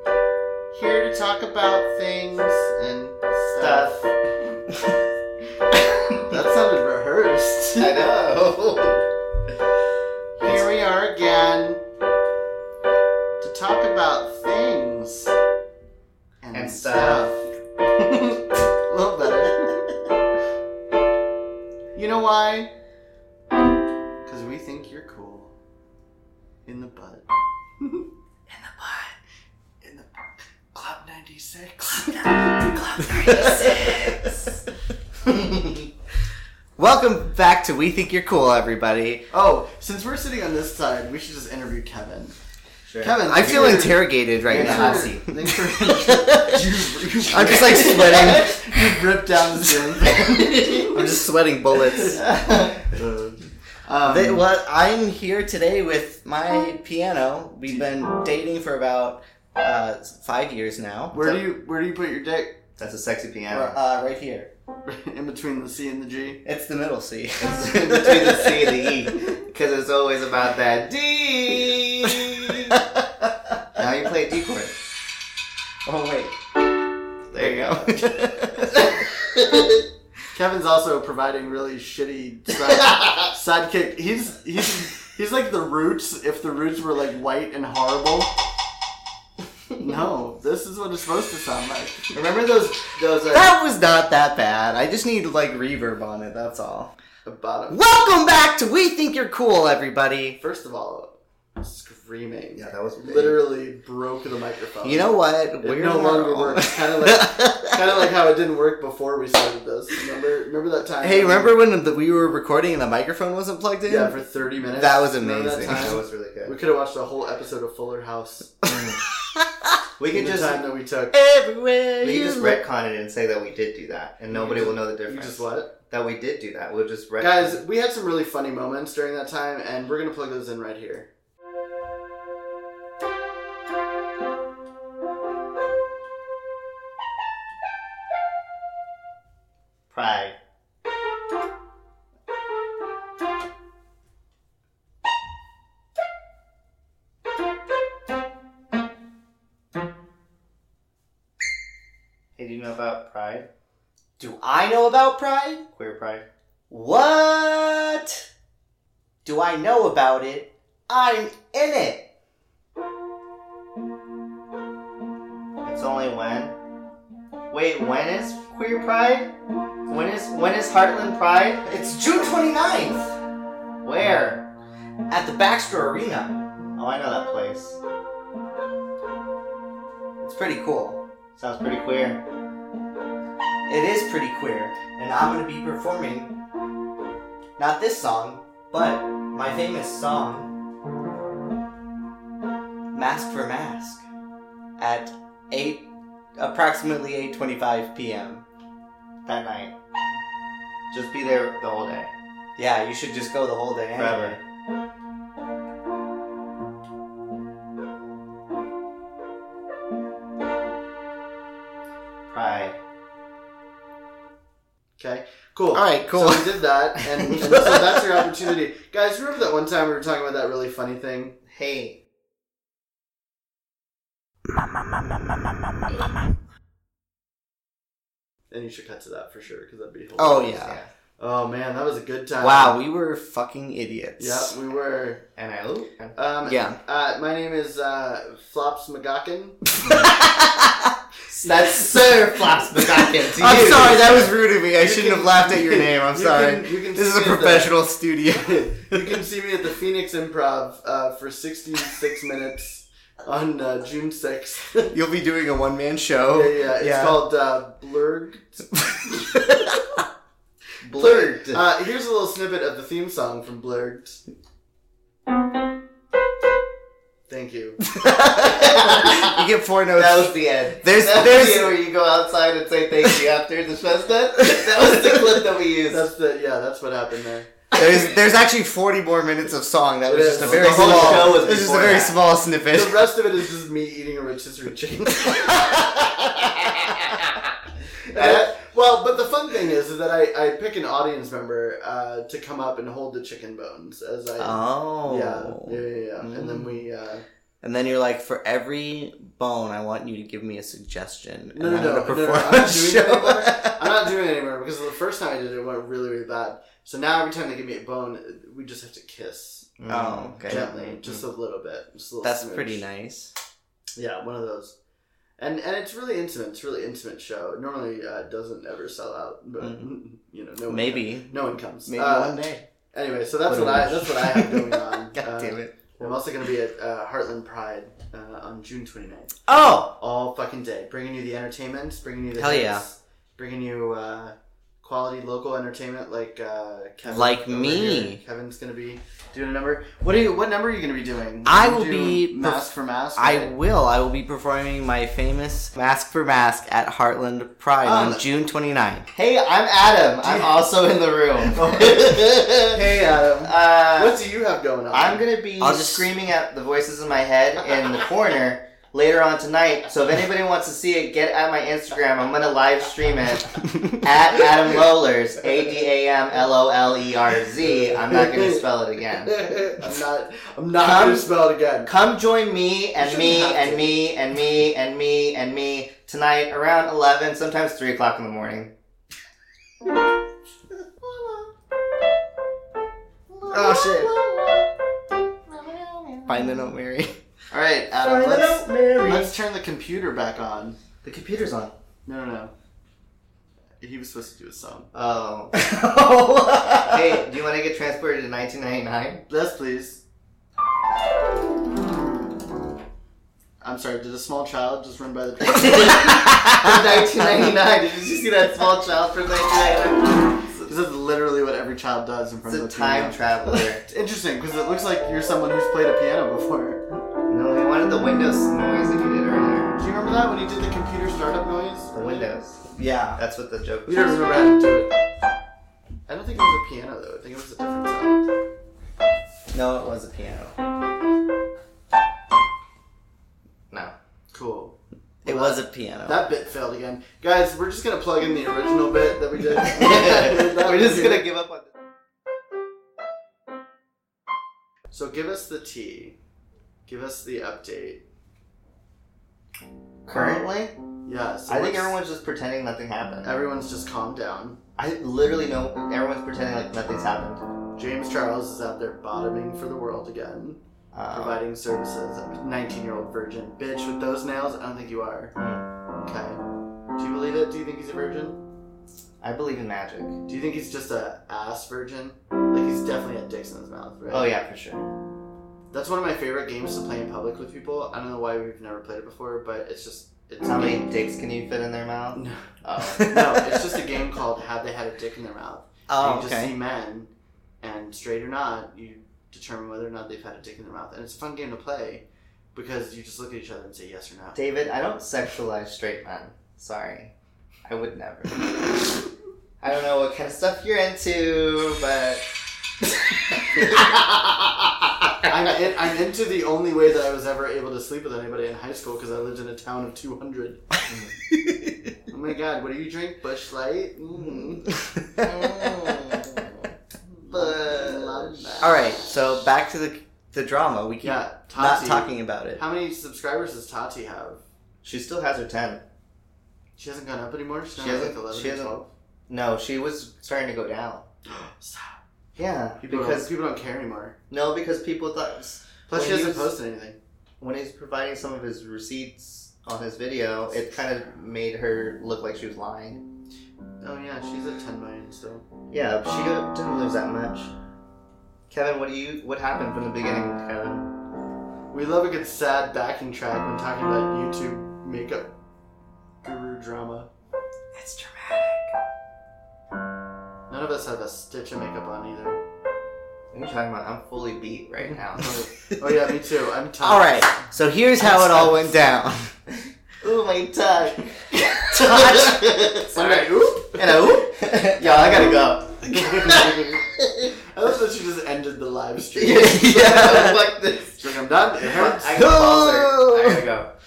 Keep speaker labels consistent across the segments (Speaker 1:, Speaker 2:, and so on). Speaker 1: Yes, I know.
Speaker 2: Here we are again to talk about things and,
Speaker 1: and stuff.
Speaker 2: A little better. you know why? Because we think you're cool. In the butt.
Speaker 1: In the butt.
Speaker 2: In the Club 96.
Speaker 1: Welcome back to We Think You're Cool, everybody.
Speaker 2: oh, since we're sitting on this side, we should just interview Kevin. Kevin,
Speaker 1: I feel
Speaker 2: you're-
Speaker 1: interrogated right
Speaker 2: Thanks
Speaker 1: now.
Speaker 2: for- thanks for- you- you-
Speaker 1: I'm just, like, sweating.
Speaker 2: you ripped down the ceiling. fan.
Speaker 1: I'm just sweating bullets. Uh,
Speaker 2: um,
Speaker 1: They- well, I'm here today with my piano. We've been dating for about uh, five years now.
Speaker 2: where do you where do you put your dick?
Speaker 3: That's a sexy piano.
Speaker 1: Uh, right here.
Speaker 2: In between the C and the G.
Speaker 1: It's the middle C.
Speaker 3: It's between the C and the E, because it's always about that D. E. now you play a D chord.
Speaker 1: Oh wait.
Speaker 3: There you go.
Speaker 2: Kevin's also providing really shitty side, sidekick. He's he's he's like the Roots if the Roots were like white and horrible. No, this is what it's supposed to sound like.
Speaker 3: Remember those those uh,
Speaker 1: That was not that bad. I just need like reverb on it. That's all.
Speaker 2: The bottom.
Speaker 1: Welcome back to We Think You're Cool, everybody.
Speaker 2: First of all, screaming.
Speaker 3: Yeah, that was big.
Speaker 2: literally broke the microphone.
Speaker 1: You know what?
Speaker 2: It no longer works. Kind of like, kind of like how it didn't work before we started this. Remember, remember that time?
Speaker 1: hey, remember when the, we were recording and the microphone wasn't plugged in?
Speaker 2: Yeah, for thirty minutes.
Speaker 1: That was
Speaker 2: Remember
Speaker 1: amazing.
Speaker 3: that
Speaker 2: time?
Speaker 3: was really
Speaker 2: we
Speaker 3: good.
Speaker 2: could have watched a whole episode of Fuller House.
Speaker 3: We
Speaker 2: in
Speaker 3: could
Speaker 2: the
Speaker 3: just
Speaker 2: time that we took.
Speaker 1: Everywhere
Speaker 3: we
Speaker 1: you
Speaker 3: could just
Speaker 1: look.
Speaker 3: retcon it and say that we did do that, and nobody will know the
Speaker 2: You
Speaker 3: difference.
Speaker 2: just what?
Speaker 3: that we did do that. We'll just retcon.
Speaker 2: Guys, we had some really funny moments during that time, and we're gonna plug those in right here.
Speaker 3: pride. Hey, do you know about pride?
Speaker 1: Do I know about pride?
Speaker 3: Queer pride?
Speaker 1: What? Do I know about it? I'm in it.
Speaker 3: It's only when. Wait, when is queer pride? When is when is Heartland Pride?
Speaker 1: It's June 29th
Speaker 3: Where?
Speaker 1: at the Baxter Arena.
Speaker 3: Oh, I know that place.
Speaker 1: It's pretty cool.
Speaker 3: Sounds pretty queer.
Speaker 1: It is pretty queer, and I'm gonna be performing not this song, but my famous song, "Mask for Mask," at eight, approximately 8:25 p.m.
Speaker 3: That night. Just be there the whole day.
Speaker 1: Yeah, you should just go the whole day.
Speaker 3: Forever. Pride.
Speaker 2: Okay, cool.
Speaker 1: All right, cool.
Speaker 2: So we did that, and, and so that's your opportunity, guys. Remember that one time we were talking about that really funny thing?
Speaker 3: Hey.
Speaker 2: And you should cut to that for sure because that'd be. Hilarious.
Speaker 1: Oh yeah.
Speaker 2: Oh man, that was a good time.
Speaker 1: Wow, we were fucking idiots.
Speaker 2: Yeah, we were.
Speaker 3: And I oop.
Speaker 2: Um,
Speaker 1: Yeah.
Speaker 2: Uh, my name is uh, Flops McGawkin.
Speaker 3: That's Sir Flops McGawkin to
Speaker 1: I'm
Speaker 3: you.
Speaker 1: sorry, that was rude of me. I
Speaker 2: You
Speaker 1: shouldn't
Speaker 2: can-
Speaker 1: have laughed at
Speaker 2: you
Speaker 1: your
Speaker 2: can-
Speaker 1: name. I'm
Speaker 2: you
Speaker 1: sorry.
Speaker 2: can- you can
Speaker 1: This is
Speaker 2: see
Speaker 1: a
Speaker 2: me at the-
Speaker 1: professional studio.
Speaker 2: you can see me at the Phoenix Improv uh, for 66 minutes on uh, June 6th.
Speaker 1: You'll be doing a one man
Speaker 2: yeah,
Speaker 1: show.
Speaker 2: yeah, it's
Speaker 1: Oh, yeah.
Speaker 2: called uh, Blurg.
Speaker 3: Blurred.
Speaker 2: Uh, here's a little snippet of the theme song from Blurged. Thank you.
Speaker 1: you get four notes.
Speaker 3: that was the end.
Speaker 1: There's-
Speaker 3: that
Speaker 1: there's-
Speaker 3: was the end where you go outside and say thank you after the festa. That was the clip that we used.
Speaker 2: That's the yeah. That's what happened there.
Speaker 1: there's there's actually 40 more minutes of song. That was
Speaker 2: Yeah,
Speaker 1: just a
Speaker 2: the
Speaker 1: very
Speaker 3: whole
Speaker 1: small.
Speaker 3: show was
Speaker 1: it was just a
Speaker 3: before
Speaker 1: very
Speaker 3: that.
Speaker 1: small snippet.
Speaker 2: The rest of it is just me eating a rotisserie chicken. Uh, well, but the fun thing is, is that I, I pick an audience member uh, to come up and hold the chicken bones as I.
Speaker 1: Oh.
Speaker 2: Yeah, yeah, yeah, yeah. And then
Speaker 1: Mm.
Speaker 2: we uh,
Speaker 4: And then you're like, for every bone, I want you to give me a suggestion.
Speaker 2: No,
Speaker 4: and I'm
Speaker 2: no, no,
Speaker 4: gonna
Speaker 2: no, no,
Speaker 4: perform
Speaker 2: I'm not
Speaker 4: a
Speaker 2: doing
Speaker 4: show.
Speaker 2: that. I'm not doing it anymore because the first time I did it, it went really, really bad. So now every time they give me a bone, we just have to kiss
Speaker 4: Oh, okay.
Speaker 2: gently, just a little bit. Just a little Uh,
Speaker 4: That's
Speaker 2: smooch.
Speaker 4: pretty nice.
Speaker 2: Yeah, one of those. And and it's really intimate. It's a really intimate show. It normally uh, doesn't ever sell out, but you know, no
Speaker 4: Mm-hmm.
Speaker 2: one
Speaker 4: Maybe.
Speaker 2: comes. no one comes.
Speaker 4: Maybe
Speaker 2: Uh,
Speaker 4: one day.
Speaker 2: Anyway, so that's
Speaker 4: What
Speaker 2: what,
Speaker 4: a
Speaker 2: I
Speaker 4: wish.
Speaker 2: that's what I have going on. Uh,
Speaker 4: God damn it.
Speaker 2: I'm also going to be at uh, Heartland Pride uh, on June 29th,
Speaker 4: Oh!
Speaker 2: all fucking day, bringing you the entertainment, bringing you the
Speaker 4: Hell
Speaker 2: hits,
Speaker 4: yeah.
Speaker 2: bringing you uh, quality local entertainment like uh, Kevin,
Speaker 4: Like
Speaker 2: over
Speaker 4: me.
Speaker 2: here. Kevin's going to be doing a number. What are you? What number are you going to be doing?
Speaker 4: I
Speaker 2: You
Speaker 4: will
Speaker 2: do
Speaker 4: be
Speaker 2: mask for mask.
Speaker 4: I
Speaker 2: right?
Speaker 4: will. I will be performing my famous Mask for Mask at Heartland Pride
Speaker 2: Um,
Speaker 4: on June 29th.
Speaker 1: Hey, I'm Adam. I'm also in the room.
Speaker 2: Hey Adam,
Speaker 1: uh,
Speaker 2: what do you have going on?
Speaker 1: I'm gonna be
Speaker 4: I'll just-
Speaker 1: screaming at the voices in my head in the corner later on tonight. So if anybody wants to see it, get at my Instagram. I'm gonna live stream it at Adam Lollers. A D A M L O L E R Z. I'm not gonna spell it again.
Speaker 2: I'm not. I'm not
Speaker 1: Come-
Speaker 2: gonna spell it again.
Speaker 1: Come join me and
Speaker 2: You
Speaker 1: me
Speaker 2: shouldn't have
Speaker 1: and
Speaker 2: to.
Speaker 1: me and me and me and me tonight around eleven, sometimes three o'clock in the morning.
Speaker 2: Oh
Speaker 4: Find the note, Mary.
Speaker 2: shit! All right, Adam. Let's, let's turn the computer back on.
Speaker 1: The computer's on.
Speaker 2: No, no, no. He was supposed to do a song.
Speaker 1: Oh.
Speaker 4: hey.
Speaker 1: hey, do you want to get transported to 1999?
Speaker 2: Yes, please. I'm sorry. Did a small child just run by the?
Speaker 1: From 1999. Did you see that small child from 1999?
Speaker 2: this is literally what every child does in front
Speaker 1: It's a
Speaker 2: of a
Speaker 1: time
Speaker 2: piano.
Speaker 1: traveler.
Speaker 2: It's interesting because it looks like you're someone who's played a piano before.
Speaker 1: No, we wanted the Windows noise that you did earlier.
Speaker 2: Do you remember that when you did the computer startup noise?
Speaker 1: The Windows.
Speaker 4: Yeah.
Speaker 1: That's what the joke
Speaker 2: We
Speaker 1: was.
Speaker 2: don't remember how to do it. I don't think it was a piano though. I think it was a different sound.
Speaker 4: No, it was a piano.
Speaker 1: No.
Speaker 2: Cool.
Speaker 4: It was a piano.
Speaker 2: That bit failed again, guys. We're just gonna plug in the original bit that we did.
Speaker 1: We're just gonna give up on this.
Speaker 2: So give us the tea. Give us the update.
Speaker 1: Currently,
Speaker 2: Yeah. So
Speaker 1: I think
Speaker 2: what's-
Speaker 1: everyone's just pretending nothing happened.
Speaker 2: Everyone's just calmed down.
Speaker 1: I literally know everyone's pretending like nothing's happened.
Speaker 2: James Charles is out there bottoming for the world again,
Speaker 1: Um,
Speaker 2: providing services. I'm a 19 year old virgin. Bitch, with those nails, I don't think you are.
Speaker 1: Hmm.
Speaker 2: Okay. Do you believe it? Do you think he's a virgin?
Speaker 1: I believe in magic.
Speaker 2: Do you think he's just a ass virgin? Like, he's definitely had dicks in his mouth, right?
Speaker 1: Oh yeah, for sure.
Speaker 2: That's one of my favorite games to play in public with people. I don't know why we've never played it before, but it's just. It's
Speaker 1: How many dicks can you fit in their mouth?
Speaker 2: No.
Speaker 1: Oh.
Speaker 2: no, it's just a game called Have They Had a Dick in Their Mouth?
Speaker 4: oh,
Speaker 2: you just see
Speaker 4: okay.
Speaker 2: men, and straight or not, you determine whether or not they've had a dick in their mouth. And it's a fun game to play because you just look at each other and say yes or no.
Speaker 1: David, I don't sexualize straight men. Sorry. I would never. I don't know what kind of stuff you're into, but.
Speaker 2: I'm, in, I'm into the only way that I was ever able to sleep with anybody in high school because I lived in a town of 200. Oh my god, what do you drink? Bush Light? Mm. Bush.
Speaker 4: All right. So back to the the drama. We keep
Speaker 2: Yeah,
Speaker 4: not
Speaker 2: Tati.
Speaker 4: talking about it.
Speaker 2: How many subscribers does Tati have?
Speaker 1: she still has her 10.
Speaker 2: She hasn't gone up anymore? She's now
Speaker 1: She
Speaker 2: at, like
Speaker 1: hasn't-
Speaker 2: 11
Speaker 1: she
Speaker 2: or
Speaker 1: hasn't-
Speaker 2: 12?
Speaker 1: No, she was starting to go down.
Speaker 2: Stop.
Speaker 1: Yeah,
Speaker 2: People,
Speaker 1: because.
Speaker 2: don't, people don't care anymore.
Speaker 1: No, because people thought.
Speaker 2: Plus,
Speaker 1: When
Speaker 2: she
Speaker 1: he
Speaker 2: hasn't
Speaker 1: was-
Speaker 2: posted anything.
Speaker 1: When he's providing some of his receipts on his video, it kind of made her look like she was lying.
Speaker 2: Oh yeah, she's at 10 million still.
Speaker 1: Yeah, she go- didn't lose that much. Kevin, what do you. What happened from the beginning, Kevin?
Speaker 2: We love a good sad backing track when talking about YouTube makeup guru drama.
Speaker 4: It's dramatic.
Speaker 2: None of us have a stitch of makeup on either.
Speaker 1: What are you talking about? I'm fully beat right now.
Speaker 2: Oh yeah, me too. I'm tired.
Speaker 4: All right. So here's how it all went down.
Speaker 1: Ooh, my tuck.
Speaker 4: Tuck.
Speaker 2: One day, oop.
Speaker 1: And a whoop. Yo, I gotta go.
Speaker 2: I love that she just ended the live stream.
Speaker 4: Yeah.
Speaker 1: Fuck this.
Speaker 2: She's like, I'm done. It hurts.
Speaker 1: I gotta go. I gotta go.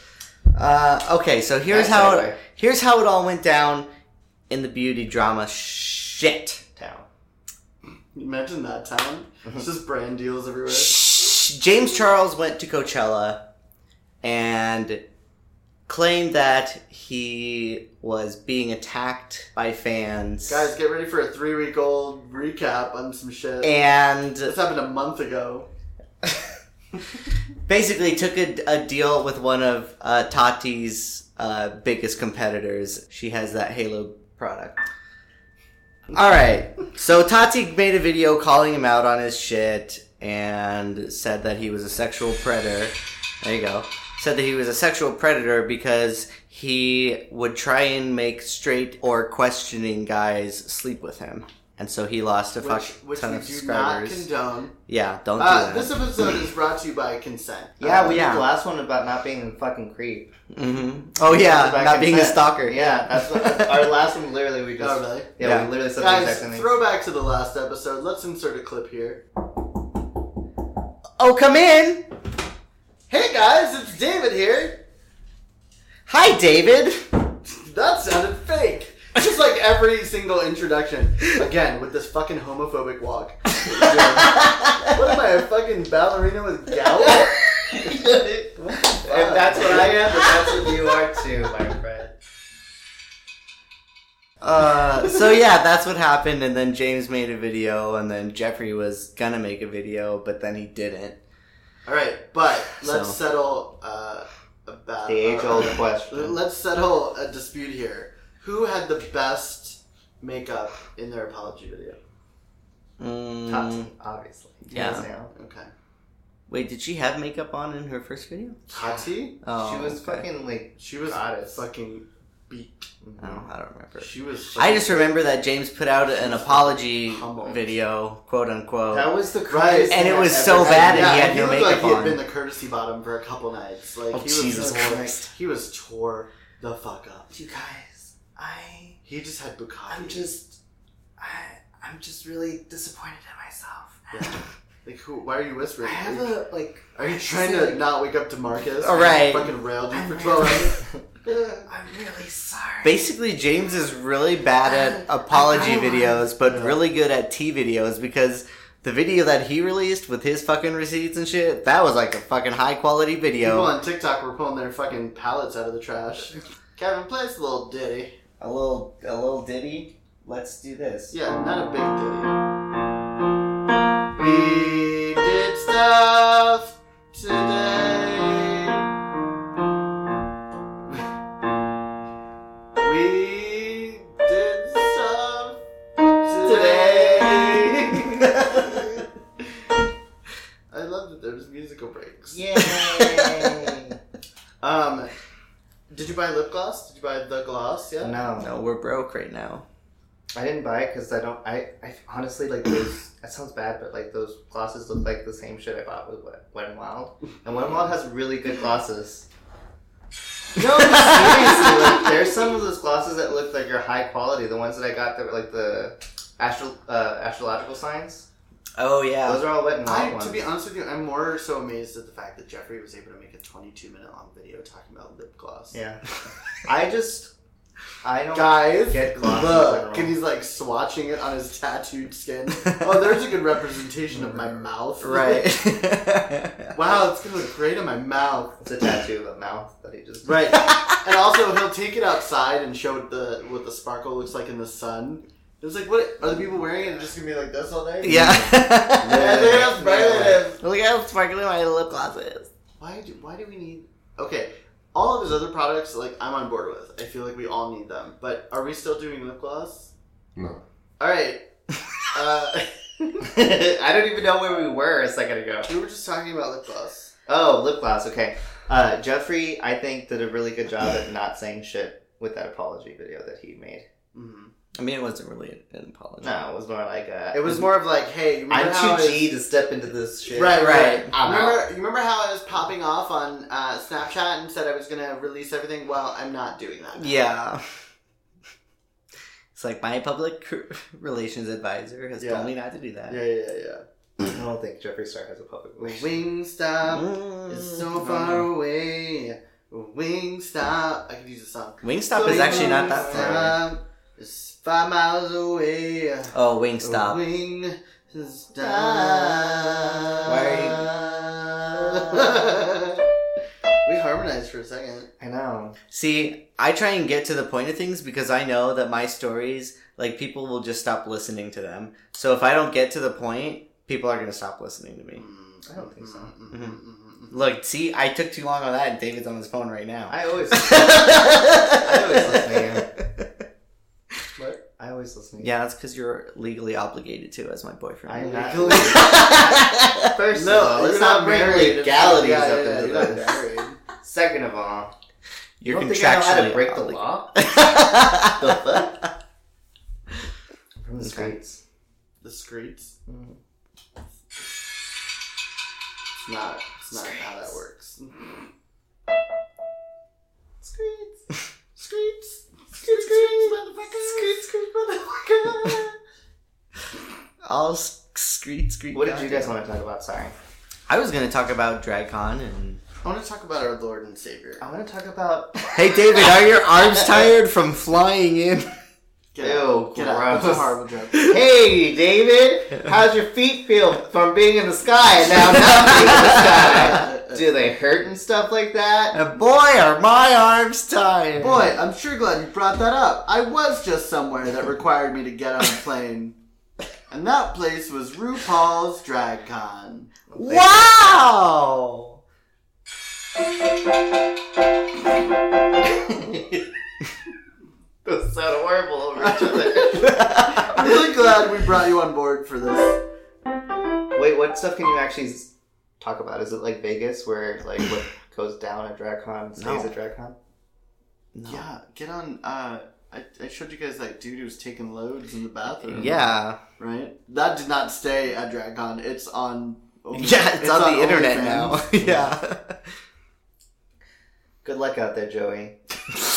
Speaker 4: Uh, okay. So here's
Speaker 1: That's
Speaker 4: how
Speaker 1: my
Speaker 4: it, here's how it all went down in the beauty drama. Shit.
Speaker 1: town.
Speaker 2: Imagine
Speaker 1: Uh-huh.
Speaker 2: that town. It's just brand deals everywhere.
Speaker 4: Shh. James Charles went to Coachella
Speaker 1: and claimed that he was being attacked by fans.
Speaker 2: Guys, get ready for a three week old recap on some shit.
Speaker 1: and
Speaker 2: this happened a month ago.
Speaker 1: basically took a, a deal with one of uh, Tati's uh, biggest competitors. She has that Halo product. All right. So Tati made a video calling him out on his shit and said that he was a sexual predator. There you go. Said that he was a sexual predator because he would try and make straight or questioning guys sleep with him. And so he lost a fuck
Speaker 2: Which, which
Speaker 1: ton
Speaker 2: we
Speaker 1: of
Speaker 2: do not
Speaker 1: subscribers.
Speaker 2: condone.
Speaker 1: yeah, don't do
Speaker 2: Uh,
Speaker 1: that.
Speaker 2: this episode is brought to you by consent.
Speaker 1: Uh,
Speaker 2: Uh,
Speaker 1: we did yeah. the last
Speaker 3: one about not being a fucking creep.
Speaker 1: hmm Oh yeah,
Speaker 3: Back
Speaker 1: not
Speaker 3: in
Speaker 1: being a
Speaker 3: set.
Speaker 1: stalker.
Speaker 3: Yeah, that's what, our last one. Literally, we
Speaker 2: Oh,
Speaker 3: just
Speaker 2: really?
Speaker 3: yeah,
Speaker 1: Yeah.
Speaker 3: we literally said the
Speaker 2: Guys,
Speaker 3: exact same thing.
Speaker 2: throwback to the last episode. Let's insert a clip here.
Speaker 1: Oh, come in.
Speaker 2: Hey guys, it's David here.
Speaker 1: Hi, David.
Speaker 2: That sounded fake. Just like every single introduction. Again, with this fucking homophobic walk. what am I, a fucking ballerina with gout?
Speaker 3: if that's what I am, then that's what you are too, my friend.
Speaker 1: Uh, so yeah, that's what happened, and then James made a video, and then Jeffrey was gonna make a video, but then he didn't.
Speaker 2: Alright, but let's
Speaker 1: So.
Speaker 2: settle uh, a battle.
Speaker 3: The age-old
Speaker 1: Uh-huh.
Speaker 3: question.
Speaker 2: Let's settle a dispute here. Who had the best makeup in their apology video?
Speaker 1: Mm,
Speaker 3: Tati, obviously.
Speaker 1: Yeah.
Speaker 3: Yes, now.
Speaker 2: Okay.
Speaker 1: Wait, did she have makeup on in her first video?
Speaker 2: Tati?
Speaker 1: Oh,
Speaker 3: she was
Speaker 1: okay.
Speaker 3: fucking like.
Speaker 2: She was
Speaker 3: Goddess.
Speaker 2: fucking beat.
Speaker 1: Oh, I don't remember.
Speaker 2: She was.
Speaker 1: I just remember that James put out an apology
Speaker 2: Humble.
Speaker 1: video, quote unquote.
Speaker 3: mm. That was the
Speaker 2: Right.
Speaker 3: craziest.
Speaker 1: And
Speaker 3: thing
Speaker 1: it was
Speaker 3: I've
Speaker 1: so
Speaker 3: ever
Speaker 1: bad
Speaker 3: seen.
Speaker 1: and he had
Speaker 2: he
Speaker 1: no
Speaker 2: looked
Speaker 1: makeup
Speaker 2: like he had
Speaker 1: on.
Speaker 2: been the courtesy bottom for a couple nights. Like
Speaker 1: Oh,
Speaker 2: he was
Speaker 1: Jesus
Speaker 2: just like-
Speaker 1: Christ.
Speaker 2: he was tore the fuck up.
Speaker 3: You guys, I
Speaker 2: He just had bukkake.
Speaker 3: I'm just I I'm just really disappointed in myself.
Speaker 2: Yeah. like, who? Why are you
Speaker 3: I
Speaker 2: whispering?
Speaker 3: have a like
Speaker 2: are you trying to not wake up to Marcus?
Speaker 1: All right.
Speaker 2: He Fucking railed you
Speaker 3: I'm
Speaker 2: for
Speaker 3: really-
Speaker 2: twelve hours.
Speaker 3: I'm really sorry.
Speaker 1: Basically, James is really bad at apology videos, but
Speaker 2: Yeah.
Speaker 1: really good at tea videos because the video that he released with his fucking receipts and shit, that was like a fucking high quality
Speaker 2: People
Speaker 1: video.
Speaker 2: on TikTok were pulling their fucking pallets out of the trash. Kevin, play us a little ditty.
Speaker 1: A little, a little ditty. Let's do this.
Speaker 2: Yeah, not a big ditty. We did stuff today. We did stuff today. I love that there's musical breaks.
Speaker 3: Yay.
Speaker 2: Um, did you buy lip gloss? Did you buy the gloss? Yeah.
Speaker 3: no.
Speaker 1: No, we're broke right now.
Speaker 3: I didn't buy it because I don't. I, I honestly like those. That sounds bad, but like those glosses look like the same shit I bought with Wet, Wet n Wild, and Wet n Wild has really good glosses. No, seriously, like, there's some of those glosses that look like are high quality. The ones that I got that were like the astro uh, astrological signs.
Speaker 1: Oh yeah.
Speaker 3: Those are all Wet n Wild
Speaker 2: I,
Speaker 3: ones.
Speaker 2: to be honest with you, I'm more so amazed at the fact that Jeffrey was able to make a 22 minute long video talking about lip gloss.
Speaker 3: yeah, I just I don't.
Speaker 2: Guys,
Speaker 3: Get glosses,
Speaker 2: look,
Speaker 3: everyone.
Speaker 2: and he's like swatching it on his tattooed skin. oh, there's a good representation of my mouth.
Speaker 1: right.
Speaker 2: wow, it's gonna look great on my mouth.
Speaker 3: It's a tattoo of a mouth that he just.
Speaker 2: Right, and also he'll take it outside and show it the what the sparkle looks like in the sun. It's like, what are the people wearing it? They're just gonna be like this all day? Yeah,
Speaker 1: yeah.
Speaker 2: I think that's better than-
Speaker 1: Look how sparkly my lip gloss is.
Speaker 2: Why do why do we need okay? All of his other products, like I'm on board with. I feel like we all need them. But are we still doing lip gloss?
Speaker 5: No.
Speaker 2: All right. uh,
Speaker 3: I don't even know where we were a second ago.
Speaker 2: we were just talking about lip gloss.
Speaker 3: Oh, lip gloss. Okay. Uh, Jeffrey, I think did a really good job at not saying shit with that apology video that he made.
Speaker 2: Mhm.
Speaker 1: I mean, it wasn't really an apology.
Speaker 3: No, it was more like a,
Speaker 2: It was more of like, hey, you remember how
Speaker 3: I'm
Speaker 2: I
Speaker 3: too
Speaker 2: was-
Speaker 3: G to step into this shit.
Speaker 2: Right, right.
Speaker 1: Right.
Speaker 3: I'm
Speaker 2: remember, you remember how I was popping off on uh, Snapchat and said I was gonna release everything? Well, I'm not doing that. now.
Speaker 1: Yeah. It's like my public relations advisor has
Speaker 2: Yeah.
Speaker 1: told me not to do that.
Speaker 2: yeah, yeah, yeah.
Speaker 3: I don't think Jeffree Star has a public.
Speaker 2: Wingstop
Speaker 1: Mm.
Speaker 2: is Um, so far away. Wingstop, I could use a song.
Speaker 1: Wingstop is actually not that far.
Speaker 2: far. It's five miles away. uh,
Speaker 1: Oh, Wingstop.
Speaker 2: Wing is down.
Speaker 1: Why
Speaker 2: Why
Speaker 1: are
Speaker 2: we organized for a second.
Speaker 3: I know.
Speaker 1: See, I try and get to the point of things because I know that my stories, like people will just stop listening to them. So if I don't get to the point, people are gonna stop listening to me.
Speaker 2: Mm,
Speaker 3: I don't think so.
Speaker 1: Look, see, I took too long on that, and David's on his phone right now.
Speaker 3: I always,
Speaker 1: I
Speaker 3: always listen I always listen. To you.
Speaker 1: Yeah, that's because you're legally obligated to, as my boyfriend.
Speaker 3: I'm
Speaker 2: not-
Speaker 1: not.
Speaker 3: First
Speaker 2: No,
Speaker 3: of all, let's
Speaker 2: you're
Speaker 3: not
Speaker 2: not
Speaker 3: bring
Speaker 2: married.
Speaker 3: legalities
Speaker 2: Yeah,
Speaker 3: up
Speaker 2: yeah,
Speaker 3: into
Speaker 2: you're not
Speaker 3: this.
Speaker 2: married.
Speaker 3: Second of all,
Speaker 1: you're
Speaker 3: you don't think I know how
Speaker 1: contractually
Speaker 3: to break the
Speaker 1: obligated.
Speaker 3: law
Speaker 1: the
Speaker 3: fuck? from the
Speaker 1: Okay.
Speaker 3: streets.
Speaker 2: The streets.
Speaker 3: Mhm.
Speaker 2: It's not. It's not how that works. Streets. Streets. Streets, motherfucker. Streets, motherfucker.
Speaker 1: All sc- screed, screed.
Speaker 3: What did you
Speaker 1: goddamn.
Speaker 3: guys want to talk about? Sorry,
Speaker 1: I was gonna talk about DragCon and.
Speaker 2: I want to talk about our Lord and Savior.
Speaker 3: I want to talk about.
Speaker 1: Hey, David, are your arms tired from flying in?
Speaker 2: Get
Speaker 3: Ew,
Speaker 2: out. Get out. That's a
Speaker 3: gross.
Speaker 2: horrible joke.
Speaker 3: Hey, David, how's your feet feel from being in the sky now? Not being in the sky. Do they hurt and stuff like that?
Speaker 1: And Uh, boy, are my arms tired.
Speaker 2: Boy, I'm sure glad you brought that up. I was just somewhere that required me to get on a plane. And that place was RuPaul's Drag Con.
Speaker 1: Wow!
Speaker 3: Those sound horrible over each other.
Speaker 2: I'm really glad we brought you on board for this.
Speaker 3: Wait, what stuff can you actually s- talk about? Is it like Vegas, where like what goes down at DragCon stays
Speaker 1: No.
Speaker 3: at DragCon?
Speaker 2: Yeah, get on. Uh, I, I showed you guys that dude who's taking loads in the bathroom.
Speaker 1: Yeah.
Speaker 2: Right? That did not stay at Drag Con. It's on.
Speaker 1: Yeah, it's, on, the internet
Speaker 2: OnlyFans.
Speaker 1: now. yeah.
Speaker 3: Good luck out there, Joey.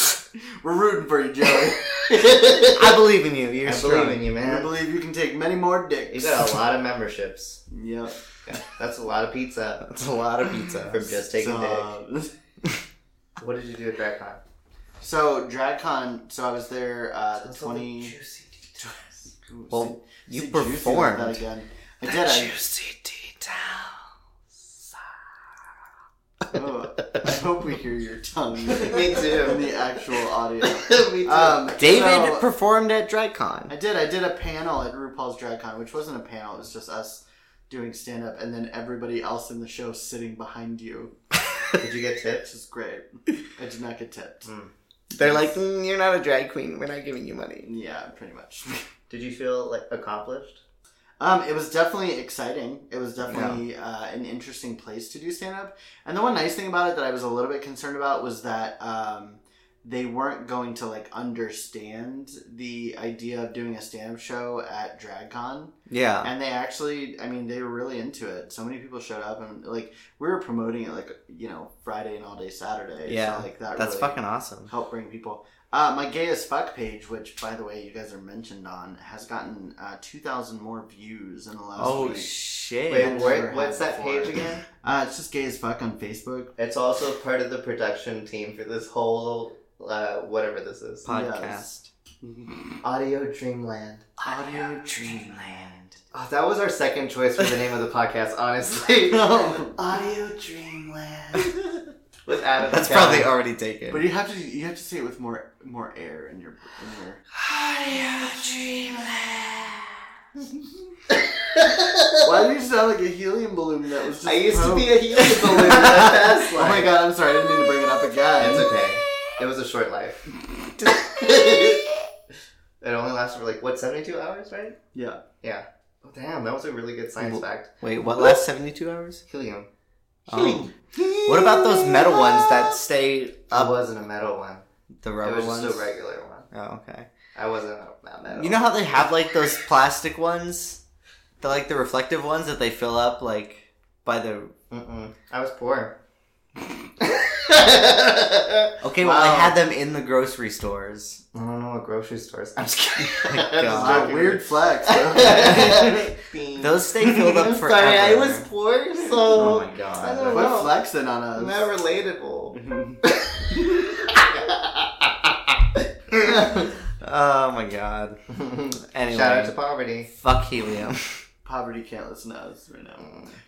Speaker 2: We're rooting for you, Joey.
Speaker 1: I believe in you. You're
Speaker 3: I
Speaker 1: strong.
Speaker 3: believe in you,
Speaker 2: I
Speaker 3: man.
Speaker 2: believe you can take many more
Speaker 3: You
Speaker 2: dicks.
Speaker 3: got a lot of memberships.
Speaker 2: Yep.
Speaker 3: Yeah, that's a lot of pizza
Speaker 1: That's a lot of pizza.
Speaker 3: from just taking dick.
Speaker 2: So-
Speaker 3: What did you do at DragCon?
Speaker 2: So DragCon, so I was there uh, the
Speaker 3: Sounds like
Speaker 2: twenty.
Speaker 3: juicy details.
Speaker 2: Ooh,
Speaker 1: Well,
Speaker 2: see-
Speaker 1: you
Speaker 2: see, juicy like
Speaker 1: performed.
Speaker 2: that again. I did. I,
Speaker 1: Juicy detail.
Speaker 2: oh, I hope we hear your tongue.
Speaker 3: Me too.
Speaker 2: In the actual audio.
Speaker 3: Me too.
Speaker 2: Um,
Speaker 1: David
Speaker 2: so-
Speaker 1: performed at DragCon.
Speaker 2: I did. I did a panel at RuPaul's DragCon, which wasn't a panel. It was just us doing stand up, and then everybody else in the show sitting behind you,
Speaker 3: did you get tips?
Speaker 2: which is great. I did not get tipped.
Speaker 1: They're like, "Mm, you're not a drag queen. We're not giving you money.
Speaker 2: Yeah, pretty much.
Speaker 3: Did you feel like accomplished?
Speaker 2: Um, it was definitely exciting. It was definitely uh, an interesting place to do stand up. And the one nice thing about it that I was a little bit concerned about was that um, they weren't going to like understand the idea of doing a stand up show at DragCon.
Speaker 1: Yeah.
Speaker 2: And they actually, I mean, they were really into it. So many people showed up, and like we were promoting it like you know Friday and all day Saturday.
Speaker 1: Yeah,
Speaker 2: so, like that.
Speaker 1: That's
Speaker 2: really
Speaker 1: fucking awesome.
Speaker 2: help bring people. Uh, my gay as fuck page, which by the way you guys are mentioned on, has gotten uh, two thousand more views in the last
Speaker 1: Oh,
Speaker 2: week.
Speaker 1: shit.
Speaker 3: Wait,
Speaker 2: I've
Speaker 3: where,
Speaker 2: never
Speaker 3: what's
Speaker 2: had
Speaker 3: that
Speaker 2: before.
Speaker 3: page again?
Speaker 2: uh, it's just gay as fuck on Facebook.
Speaker 3: It's also part of the production team for this whole uh, whatever this is.
Speaker 1: Podcast.
Speaker 2: Yes. Audio
Speaker 3: Audio Dreamland.
Speaker 2: Dreamland.
Speaker 3: Oh, that was our second choice for the name of the podcast, honestly.
Speaker 2: Audio Dreamland.
Speaker 3: With Adam.
Speaker 1: That's
Speaker 3: Kelly.
Speaker 1: probably already taken.
Speaker 2: but you have to you have to say it with more more air in your in your. Why do you sound like a helium balloon that was just?
Speaker 3: I used to
Speaker 2: poked?
Speaker 3: be a helium balloon. That's
Speaker 2: oh my
Speaker 3: like-
Speaker 2: god! I'm sorry. I didn't mean to bring it up again.
Speaker 3: It's okay. It was a short life. it only lasted for like what seventy-two hours, right?
Speaker 2: Yeah.
Speaker 3: Oh damn, that was a really good science fact.
Speaker 1: Wait, what? Last seventy-two hours?
Speaker 3: Helium.
Speaker 2: Um,
Speaker 1: Oh. What about those metal ones that stay
Speaker 3: It
Speaker 1: up
Speaker 3: wasn't a metal one.
Speaker 1: the
Speaker 3: It
Speaker 1: rubber
Speaker 3: was
Speaker 1: ones?
Speaker 3: just a regular one.
Speaker 1: Oh, okay.
Speaker 3: I wasn't a that metal.
Speaker 1: You know how they have like those plastic ones, the like the reflective ones that they fill up like by the.
Speaker 3: Mm-mm. I was poor.
Speaker 1: Okay, well
Speaker 3: Wow.
Speaker 1: I had them in the grocery stores.
Speaker 3: I don't know what grocery stores. I'm just kidding.
Speaker 1: My
Speaker 3: I'm just
Speaker 1: God.
Speaker 2: Wow,
Speaker 3: joking.
Speaker 2: weird flex. bro.
Speaker 3: Those
Speaker 1: Those stay filled up
Speaker 3: I'm
Speaker 1: forever.
Speaker 3: Sorry, I was poor,
Speaker 1: Oh
Speaker 3: so
Speaker 1: my
Speaker 3: I don't know.
Speaker 1: god.
Speaker 2: Quit flexing on us.
Speaker 3: I'm not relatable.
Speaker 1: Oh my god. Anyway, Oh
Speaker 3: Shout out to poverty.
Speaker 1: fuck helium.
Speaker 2: Poverty can't listen to us right now.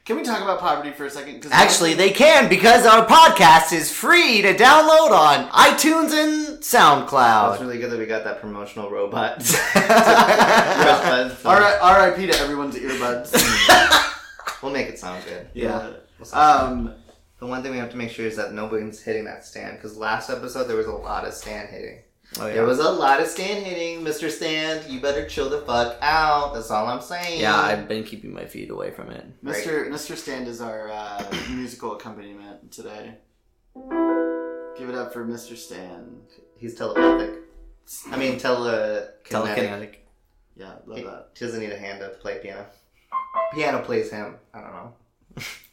Speaker 2: Can we talk about poverty for a second? 'Cause-
Speaker 1: Actually, they can because our podcast is free to download on iTunes and
Speaker 3: That's
Speaker 1: SoundCloud.
Speaker 3: really good that we got that promotional robot.
Speaker 1: That's
Speaker 3: Press
Speaker 2: R-
Speaker 3: button.
Speaker 2: R.I.P. to everyone's earbuds.
Speaker 3: We'll make it sound good.
Speaker 2: yeah.
Speaker 3: We'll sound
Speaker 2: Um,
Speaker 3: good. the one thing we have to make sure is that nobody's hitting that stand because last episode there was a lot of stand hitting.
Speaker 1: Oh,
Speaker 3: There was a lot of stand hitting, Mr. Stand. You better chill the fuck out. That's all I'm saying.
Speaker 1: yeah, I've been keeping my feet away from it.
Speaker 2: Mr. Mr. Stand is our uh, musical accompaniment today. Give it up for Mr. Stand.
Speaker 3: He's telepathic. I mean, tele. Telekinetic.
Speaker 1: Telekinetic.
Speaker 2: Yeah, love
Speaker 3: He
Speaker 2: that.
Speaker 3: he doesn't need a hand to play piano. Piano plays him. I don't know.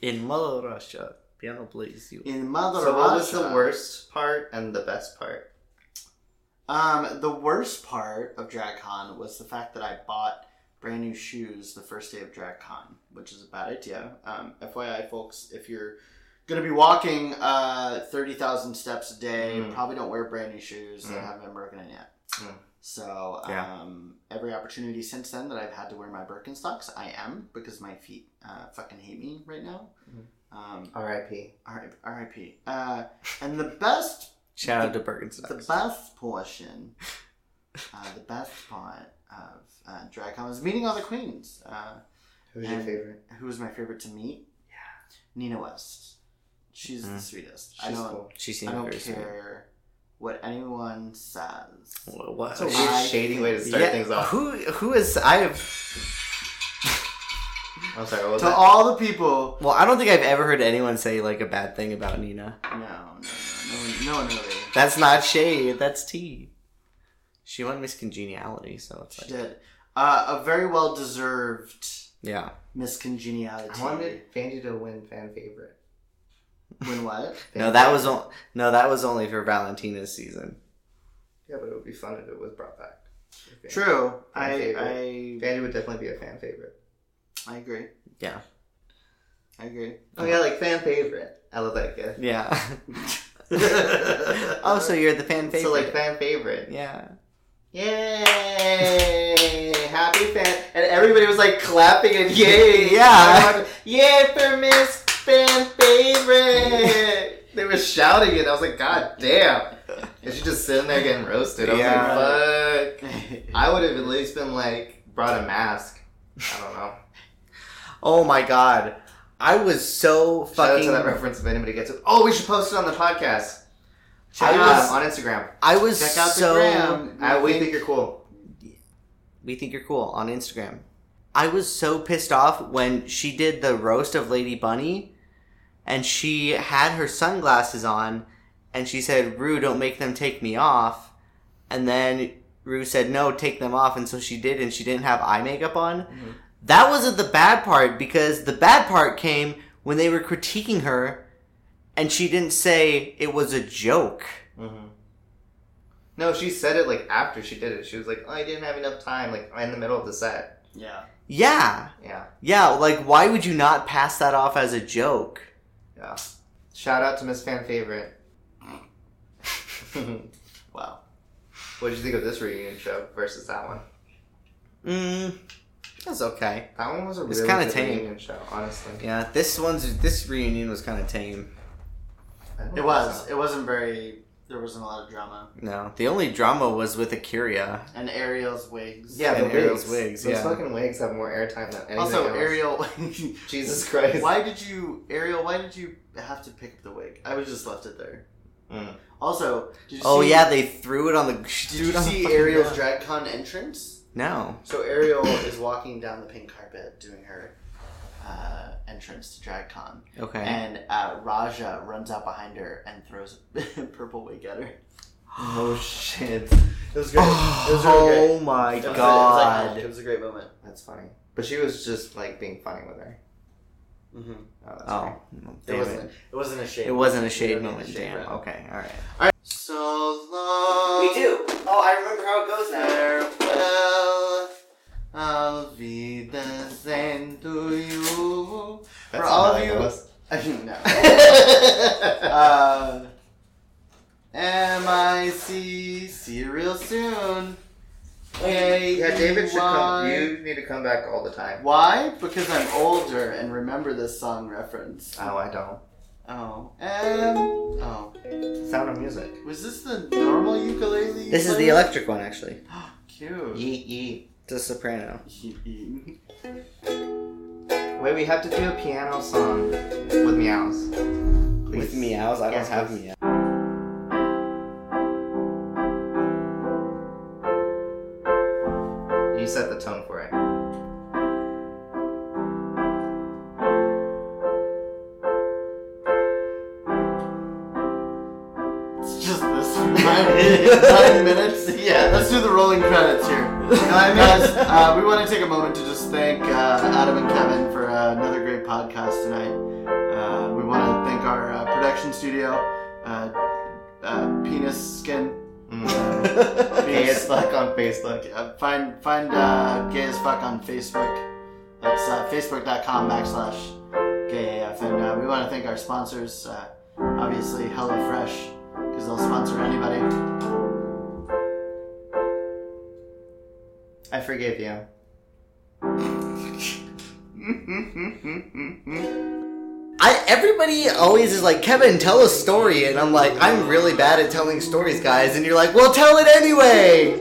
Speaker 1: In Mother Russia, piano plays you.
Speaker 2: In Mother
Speaker 3: So what was the
Speaker 2: Russia,
Speaker 3: worst part and the best part?
Speaker 2: Um, the worst part of DragCon was the fact that I bought brand new shoes the first day of DragCon, which is a bad idea. Um, FYI, folks, if you're going to be walking uh, 30,000 steps a day,
Speaker 3: Mm.
Speaker 2: probably don't wear brand new shoes that
Speaker 3: Mm.
Speaker 2: haven't been broken in yet.
Speaker 3: Mm.
Speaker 2: So,
Speaker 1: Yeah.
Speaker 2: um, every opportunity since then that I've had to wear my Birkenstocks, I am because my feet uh, fucking hate me right now.
Speaker 3: Mm.
Speaker 2: Um,
Speaker 3: R.I.P.
Speaker 2: R- RIP. Uh, and the best
Speaker 1: Shout out to
Speaker 2: the
Speaker 1: Bergenstocks.
Speaker 2: best portion, uh, the best part of uh, DragCon was meeting all the queens. Uh,
Speaker 3: Who's your
Speaker 2: And-
Speaker 3: favorite?
Speaker 2: who was my favorite to meet? Yeah, Nina West. She's the
Speaker 1: Mm.
Speaker 2: sweetest. I
Speaker 3: She's
Speaker 2: don't.
Speaker 3: cool.
Speaker 1: She
Speaker 2: I
Speaker 1: seemed
Speaker 2: don't
Speaker 1: very sweet.
Speaker 2: care what anyone says.
Speaker 1: Wha- What?
Speaker 3: That's a
Speaker 2: I
Speaker 3: weird, shady way to start
Speaker 1: Yeah,
Speaker 3: things off.
Speaker 1: Who? Who is? I have.
Speaker 3: I'm sorry. What was
Speaker 2: To
Speaker 3: that?
Speaker 2: all the people,
Speaker 1: Well, I don't think I've ever heard anyone say like a bad thing about Nina.
Speaker 2: no, no, no, no, one, no one really.
Speaker 1: That's not shade. That's tea. She won Miss Congeniality, so it's
Speaker 2: She
Speaker 1: like,
Speaker 2: did uh, a very well deserved
Speaker 1: yeah.
Speaker 2: miscongeniality.
Speaker 3: I wanted Vandy to win fan favorite.
Speaker 2: when what?
Speaker 3: Fan
Speaker 1: No, that
Speaker 3: favorite.
Speaker 1: was on- no, that was only for Valentina's season.
Speaker 3: Yeah, but it would be fun if it was brought back. If Vandy-
Speaker 2: True.
Speaker 3: Fan
Speaker 2: I,
Speaker 3: Vandy would definitely be a fan favorite.
Speaker 2: I I agree.
Speaker 1: Yeah.
Speaker 2: I agree.
Speaker 3: Oh yeah, like fan favorite. I love that gift.
Speaker 1: Yeah. oh, so you're the fan favorite.
Speaker 3: So like fan favorite.
Speaker 1: yeah.
Speaker 3: Yay! Happy fan, and everybody was like clapping and yay!
Speaker 1: Yeah.
Speaker 3: yay for Miss Fan Favorite. they were shouting it. I was like, God damn! And she just sitting there getting roasted. I was like, fuck. I would have at least been like brought a mask. I don't know.
Speaker 1: Oh my god, I was so
Speaker 3: Shout out to
Speaker 1: fucking.
Speaker 3: that reference if anybody gets it. Oh, we should post it on the podcast.
Speaker 1: I
Speaker 3: I
Speaker 1: was-
Speaker 3: on Instagram.
Speaker 1: I was
Speaker 2: Check out the
Speaker 1: so.
Speaker 2: gram.
Speaker 3: I, we think you're cool.
Speaker 1: we think you're cool on Instagram. I was so pissed off when she did the roast of Lady Bunny and she had her sunglasses on and she said, Rue, don't make them take me off. And then Rue said, no, take them off. And so she did, and she didn't have eye makeup on. That wasn't the bad part because the bad part came when they were critiquing her and she didn't say it was a joke.
Speaker 3: Mm-hmm. No, she said it like after she did it. She was like, "Oh, I didn't have enough time." Like in the middle of the set.
Speaker 2: Yeah.
Speaker 1: Yeah.
Speaker 3: Yeah,
Speaker 1: Yeah. Like, why would you not pass that off as a joke?
Speaker 3: yeah. Shout out to Miss Fan Favorite.
Speaker 2: Wow.
Speaker 3: what did you think of this reunion show versus that one?
Speaker 1: Mm, that's okay.
Speaker 3: That one was a
Speaker 1: It's
Speaker 3: really
Speaker 1: kinda
Speaker 3: good
Speaker 1: tame.
Speaker 3: reunion show, honestly.
Speaker 1: Yeah, this one's this reunion was kind of tame.
Speaker 3: I don't
Speaker 2: It
Speaker 3: know.
Speaker 2: was. It wasn't very. There wasn't a lot of drama.
Speaker 1: No, the only drama was with Akiria.
Speaker 2: And Ariel's wigs.
Speaker 3: Yeah,
Speaker 1: And
Speaker 3: the wigs.
Speaker 1: Ariel's wigs,
Speaker 3: Those
Speaker 1: yeah.
Speaker 3: fucking wigs have more airtime than anything
Speaker 2: Also,
Speaker 3: else.
Speaker 2: Ariel.
Speaker 3: Jesus Christ.
Speaker 2: why did you, Ariel? Why did you have to pick up the wig? I would just left it there.
Speaker 3: Mm.
Speaker 2: Also, did you
Speaker 1: Oh
Speaker 2: see,
Speaker 1: yeah, they theyrew it on the.
Speaker 2: Did
Speaker 1: threw
Speaker 2: you
Speaker 1: it on the
Speaker 2: see
Speaker 1: fucking
Speaker 2: Ariel's
Speaker 1: ground.
Speaker 2: DragCon entrance?
Speaker 1: No.
Speaker 2: So Ariel is walking down the pink carpet doing her uh, entrance to DragCon,
Speaker 1: Okay.
Speaker 2: and uh, Raja runs out behind her and throws a purple wig at her.
Speaker 3: Oh shit! It was great. It was really great.
Speaker 1: Oh my
Speaker 2: It was- it was iconic. it
Speaker 1: god.
Speaker 2: was a great moment.
Speaker 3: That's funny. But she was just like being funny with her.
Speaker 2: Mm-hmm.
Speaker 3: Oh, that's
Speaker 1: Oh,
Speaker 2: It
Speaker 1: damn
Speaker 2: wasn't.
Speaker 1: it.
Speaker 2: It wasn't a shade.
Speaker 1: It wasn't a
Speaker 2: moment.
Speaker 1: shade
Speaker 2: We don't need
Speaker 1: moment.
Speaker 2: a shade
Speaker 1: Damn.
Speaker 2: round.
Speaker 1: Okay. All right.
Speaker 2: So long.
Speaker 1: Oh, I remember how it goes
Speaker 2: Farewell. I'll be the same to you.
Speaker 3: That's
Speaker 2: For all
Speaker 3: not
Speaker 2: of
Speaker 3: how
Speaker 2: you-
Speaker 3: that goes.
Speaker 2: no. Uh, M I C. See you real soon. A
Speaker 3: Yeah, David should come.
Speaker 2: Y-
Speaker 3: You need to come back all the time.
Speaker 2: Why? Because I'm older and remember this song reference.
Speaker 3: Oh, I don't.
Speaker 2: Oh. Um. Oh.
Speaker 3: Sound of Music.
Speaker 2: Was this the normal ukulele? you
Speaker 1: This is the
Speaker 2: played?
Speaker 1: electric one, actually.
Speaker 2: Cute.
Speaker 3: Yeet yeet.
Speaker 1: It's a soprano.
Speaker 3: Wait, we have to do a piano song with meows. Please.
Speaker 1: With meows, I don't
Speaker 3: Yes,
Speaker 1: have
Speaker 3: please.
Speaker 1: meows.
Speaker 3: You set the tone for it.
Speaker 2: It's just this. Nine, nine minutes. Yeah. Let's do the rolling credits here. Guys, uh, we want to take a moment to just thank uh, Adam and Kevin for uh, another great podcast tonight. Uh, we want to thank our uh, production studio, uh, uh, Penis Skin.
Speaker 3: Mm. Gay
Speaker 2: Penis
Speaker 3: as fuck on Facebook.
Speaker 2: Uh, find find uh, gay as fuck on Facebook. That's uh, facebook.com backslash gayaf. And uh, we want to thank our sponsors, uh, obviously HelloFresh, because they'll sponsor anybody.
Speaker 3: I forgive you.
Speaker 1: I everybody always is like, Kevin, tell a story, and I'm like, I'm really bad at telling stories, guys, and you're like, well, tell it anyway.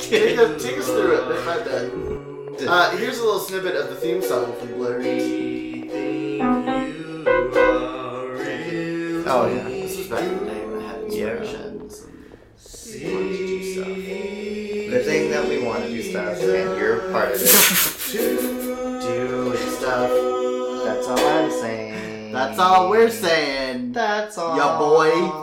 Speaker 2: take, us, take us through it. That's my bad. Uh, here's a little snippet of the theme song from Blur.
Speaker 3: Oh, yeah.
Speaker 2: This was back in the day when I had
Speaker 3: Yeah.
Speaker 2: inspirations and wanted to do stuff.
Speaker 3: The thing that we want to do stuff, and you're part of it.
Speaker 2: Doing stuff.
Speaker 3: That's all I'm saying.
Speaker 2: That's all we're saying.
Speaker 3: That's all.
Speaker 2: Ya boy.